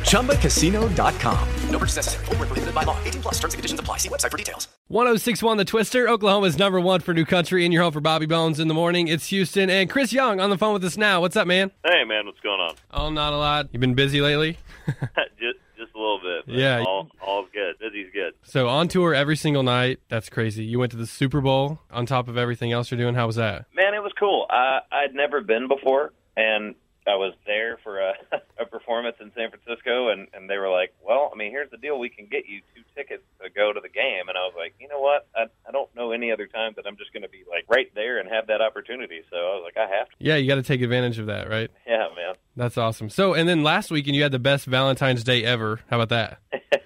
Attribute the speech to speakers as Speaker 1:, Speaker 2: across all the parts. Speaker 1: ChumbaCasino.com. No purchase necessary. Void where prohibited by law. 18 plus terms and conditions apply. See website for details.
Speaker 2: 1061 The Twister, Oklahoma's number one for new country in your home for Bobby Bones in the morning. It's Houston and Chris Young on the phone with us now. What's up, man?
Speaker 3: Hey man, what's going on?
Speaker 2: Oh, not a lot. You've been busy lately?
Speaker 3: just just a little bit. but
Speaker 2: Yeah.
Speaker 3: all all's good. Busy's good.
Speaker 2: So on tour every single night. That's crazy. You went to the Super Bowl on top of everything else you're doing. How was that?
Speaker 3: Man, it was cool. I I'd never been before, and I was there for a, a performance in San Francisco, and and they were like, "Well, I mean, here's the deal: we can get you two tickets to go to the game." And I was like, "You know what? I I don't know any other time that I'm just going to be like right there and have that opportunity." So I was like, "I have to."
Speaker 2: Yeah, you got to take advantage of that, right?
Speaker 3: Yeah, man.
Speaker 2: That's awesome. So, and then last weekend you had the best Valentine's Day ever. How about that?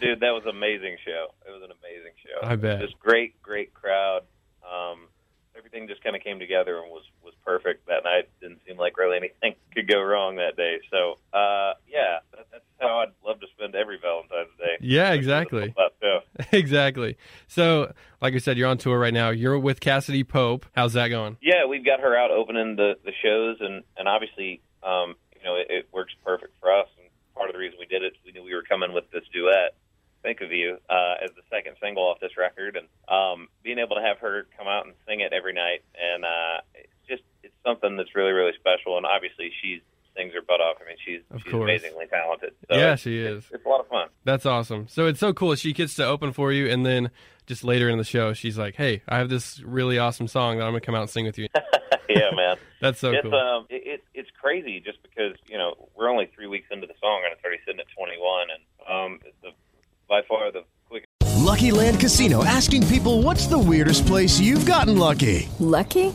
Speaker 3: Dude, that was an amazing show. It was an amazing show.
Speaker 2: I bet.
Speaker 3: Just great, great crowd. Um, everything just kind of came together and was was perfect that night. Didn't seem like really anything could go wrong that day. So, uh, yeah, that, that's how I'd love to spend every Valentine's Day.
Speaker 2: Yeah, exactly.
Speaker 3: But, uh,
Speaker 2: exactly. So, like I said, you're on tour right now. You're with Cassidy Pope. How's that going?
Speaker 3: yeah, we've got her out opening the the shows, and and obviously, um, you know, it, it works perfect for us. And part of the reason we did it, is we knew we were coming with this duet, "Think of You," uh, as the second single off this record, and um, being able to have her come out and sing it every night, and uh, it's just it's something that's really really special. And obviously, she sings her butt off. I mean, she's
Speaker 2: Of
Speaker 3: she's
Speaker 2: course.
Speaker 3: amazingly talented. So
Speaker 2: yeah,
Speaker 3: it's-
Speaker 2: she is.
Speaker 3: It's a lot of fun.
Speaker 2: That's awesome. So it's so cool. She gets to open for you, and then just later in the show, she's like, "Hey, I have this really awesome song that I'm gonna come out and sing with you."
Speaker 3: yeah, man.
Speaker 2: That's so
Speaker 3: it's
Speaker 2: cool.
Speaker 3: um, it, it, it's crazy just because you know we're only three weeks into the song and it's already sitting at 21, and um, it's the, by far the quickest
Speaker 4: Lucky Land Casino asking people what's the weirdest place you've gotten lucky?
Speaker 5: Lucky?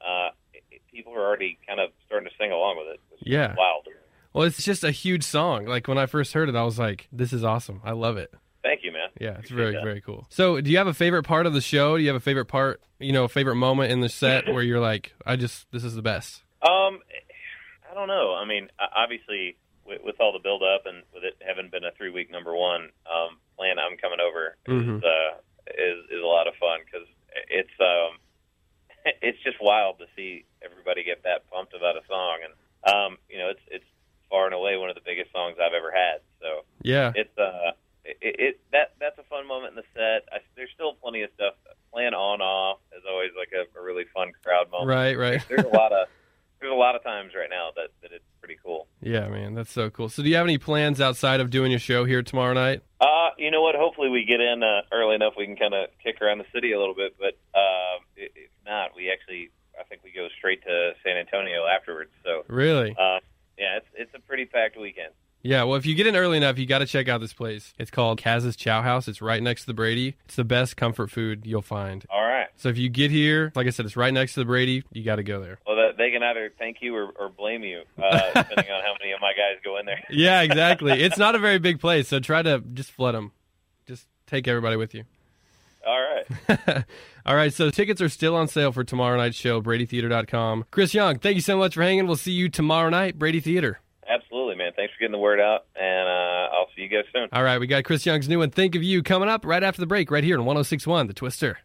Speaker 3: uh, it, it- people are already kind of starting to sing along with it. It's
Speaker 2: Yeah.
Speaker 3: wild.
Speaker 2: well, it's just a huge song. Like when I first heard it, I was like, "This is awesome. I love it."
Speaker 3: Thank you, man.
Speaker 2: Yeah, it's
Speaker 3: Appreciate
Speaker 2: very
Speaker 3: that.
Speaker 2: very cool. So, do you have a favorite part of the show? Do you have a favorite part, you know, a favorite moment in the set where you're like, "I just this is the best."
Speaker 3: Um, I don't know. I mean, o- obviously, with, with all the build up and with it having been a three week number one, um, plan I'm coming over
Speaker 2: Mhm.
Speaker 3: is, uh, is is a lot of fun because it's um, it's just wild to see everybody get that pumped about a song, and um, you know, it's it's far and away one of the biggest songs I've ever had. So
Speaker 2: Yeah,
Speaker 3: it's uh, it, it that that's a fun moment in the set. I, there's still plenty of stuff. Plan on off is always like a, a really fun crowd moment
Speaker 2: right, right.
Speaker 3: there's a lot of there's a lot of times right now that, that it's pretty cool.
Speaker 2: Yeah, man, that's so cool. So, do you have any plans outside of doing your show here tomorrow night?
Speaker 3: Uh, you know what? Hopefully we get in uh, early enough we can kind of kick around the city a little bit. But uh, i- if not, we actually I think we go straight to San Antonio afterwards. So
Speaker 2: Really?
Speaker 3: uh, yeah, it's it's a pretty packed weekend.
Speaker 2: Yeah, well, if you get in early enough, you got to check out this place. It's called Kaz's Chow House. It's right next to the Brady. It's the best comfort food you'll find.
Speaker 3: All right.
Speaker 2: So if you get here, like I said, it's right next to the Brady. You got to go there.
Speaker 3: Well, that, they can either thank you or, or blame you, uh, depending on how many of my guys go in there.
Speaker 2: Yeah, exactly. it's not a very big place, so try to just flood them. Just take everybody with you.
Speaker 3: All right.
Speaker 2: All right, so tickets are still on sale for tomorrow night's show, bradytheater.com. Chris Young, thank you so much for hanging. We'll see you tomorrow night, Brady Theater.
Speaker 3: Absolutely, man. Thanks for getting the word out, and uh, I'll see you guys soon.
Speaker 2: All right, we got Chris Young's new oh one, Think of You, coming up right after the break, right here in 1061, The Twister.